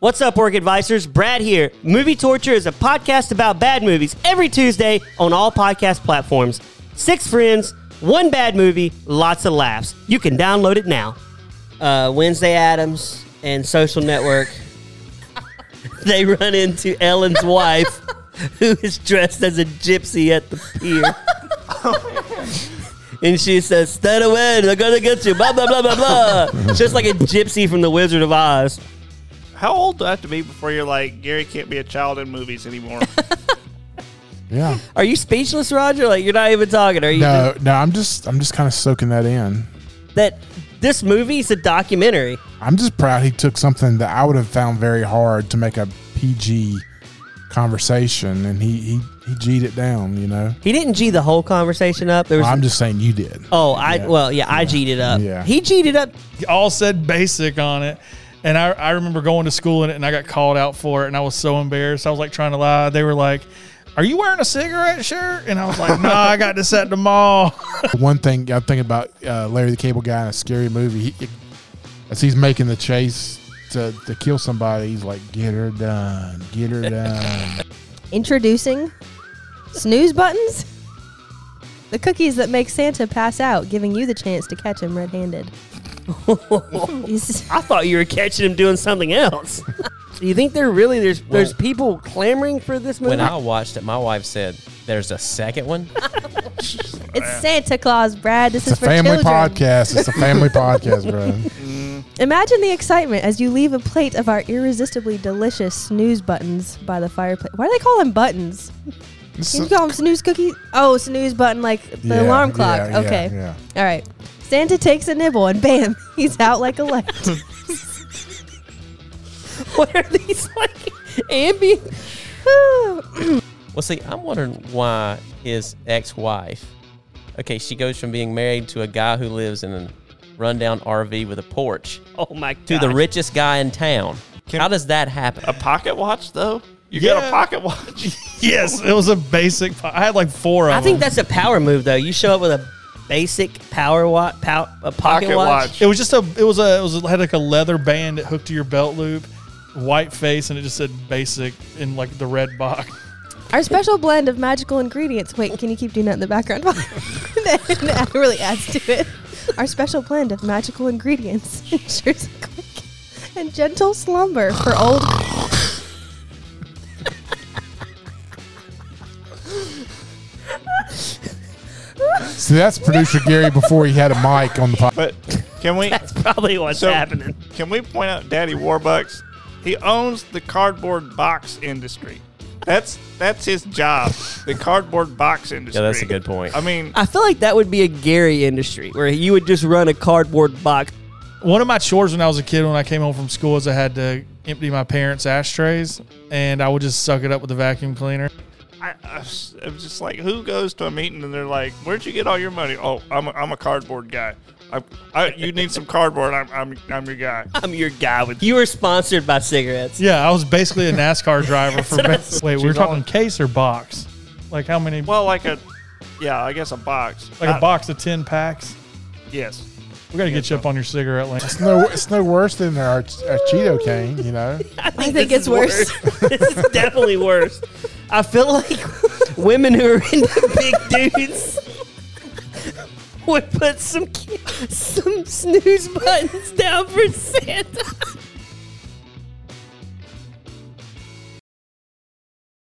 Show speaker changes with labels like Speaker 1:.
Speaker 1: What's up, work advisors? Brad here. Movie Torture is a podcast about bad movies every Tuesday on all podcast platforms. Six friends, one bad movie, lots of laughs. You can download it now. Uh, Wednesday Adams and Social Network. they run into Ellen's wife, who is dressed as a gypsy at the pier. And she says, "Stand away! They're gonna get you!" Blah blah blah blah blah. Just like a gypsy from the Wizard of Oz.
Speaker 2: How old do I have to be before you're like Gary can't be a child in movies anymore?
Speaker 3: Yeah.
Speaker 1: Are you speechless, Roger? Like you're not even talking? Are you
Speaker 3: No, no, I'm just I'm just kind of soaking that in.
Speaker 1: that this movie's a documentary?
Speaker 3: I'm just proud he took something that I would have found very hard to make a PG conversation and he he, he G'd it down, you know.
Speaker 1: He didn't G the whole conversation up. There was.
Speaker 3: Well, I'm just saying you did.
Speaker 1: Oh, I well, yeah, I G'd it up.
Speaker 3: Yeah.
Speaker 1: He G'd it up.
Speaker 4: all said basic on it. And I, I remember going to school in it and I got called out for it and I was so embarrassed. I was like trying to lie. They were like, Are you wearing a cigarette shirt? And I was like, Nah, I got this at the mall.
Speaker 3: One thing I'm thinking about uh, Larry the Cable Guy in a scary movie. He, as he's making the chase to, to kill somebody, he's like, "Get her done, get her done."
Speaker 5: Introducing snooze buttons. The cookies that make Santa pass out, giving you the chance to catch him red-handed. He's-
Speaker 1: I thought you were catching him doing something else. Do you think there really there's there's people clamoring for this movie?
Speaker 6: When I watched it, my wife said, "There's a second one."
Speaker 5: it's Santa Claus, Brad. This
Speaker 3: It's a
Speaker 5: is for
Speaker 3: family
Speaker 5: children.
Speaker 3: podcast. It's a family podcast, bro.
Speaker 5: Imagine the excitement as you leave a plate of our irresistibly delicious snooze buttons by the fireplace. Why do they call them buttons? Can you call them snooze cookies? Oh, snooze button like the
Speaker 3: Yeah,
Speaker 5: alarm clock.
Speaker 3: yeah,
Speaker 5: okay.
Speaker 3: yeah,
Speaker 5: All right. Santa takes a nibble and bam, he's out like a light.
Speaker 1: what are these like ambient?
Speaker 6: Well, see, I'm wondering why his ex-wife. Okay, she goes from being married to a guy who lives in a rundown RV with a porch
Speaker 1: Oh my god!
Speaker 6: to the richest guy in town.
Speaker 2: Can-
Speaker 6: How does that happen?
Speaker 2: a pocket watch though? You got
Speaker 4: Yeah.
Speaker 2: a pocket watch?
Speaker 4: yes, it was a basic. po- I had like four of
Speaker 1: I think
Speaker 4: them.
Speaker 1: that's a power move though. You show up with a basic power watch, pow, a pocket,
Speaker 2: Pocket
Speaker 1: watch.
Speaker 2: watch.
Speaker 4: It was just a, it was a, it was it had like a leather band that hooked to your belt loop, white face, and it just said basic in like the red box.
Speaker 5: Our special blend of magical ingredients. Wait, can you keep doing that in the background? that really adds to it. Our special blend of magical ingredients ensures a quick and gentle slumber for old.
Speaker 3: See, that's producer Gary before he had a mic on the podcast.
Speaker 2: But can we
Speaker 1: That's probably what's
Speaker 2: So-
Speaker 1: happening.
Speaker 2: can we point out Daddy Warbucks? He owns the cardboard box industry. That's that's his job. The cardboard box industry.
Speaker 6: Yeah, that's a good point.
Speaker 2: I mean,
Speaker 1: I feel like that would be a Gary industry where you would just run a cardboard box.
Speaker 4: One of my chores when I was a kid, when I came home from school, is I had to empty my parents' ashtrays, and I would just suck it up with the vacuum cleaner.
Speaker 2: I, I was, I was just like, who goes to a meeting and they're like, "Where'd you get all your money?" Oh, I'm a, I'm a cardboard guy. I, I, you need some cardboard. I'm, I'm, I'm your guy.
Speaker 1: I'm your guy with you were sponsored by cigarettes.
Speaker 4: Yeah, I was basically a NASCAR driver for. ba- Wait, we were
Speaker 2: She's
Speaker 4: talking
Speaker 2: all-
Speaker 4: case or box? Like how many?
Speaker 2: Well, like a, yeah, I guess a box.
Speaker 4: like a
Speaker 2: Not-
Speaker 4: box of ten packs.
Speaker 2: Yes.
Speaker 4: We gotta get you up on your cigarette lane.
Speaker 3: It's no, it's no worse than our, our Cheeto cane, you know.
Speaker 5: I think it's worse.
Speaker 1: this is definitely worse. I feel like women who are into big dudes would put some ki- some snooze buttons down for Santa.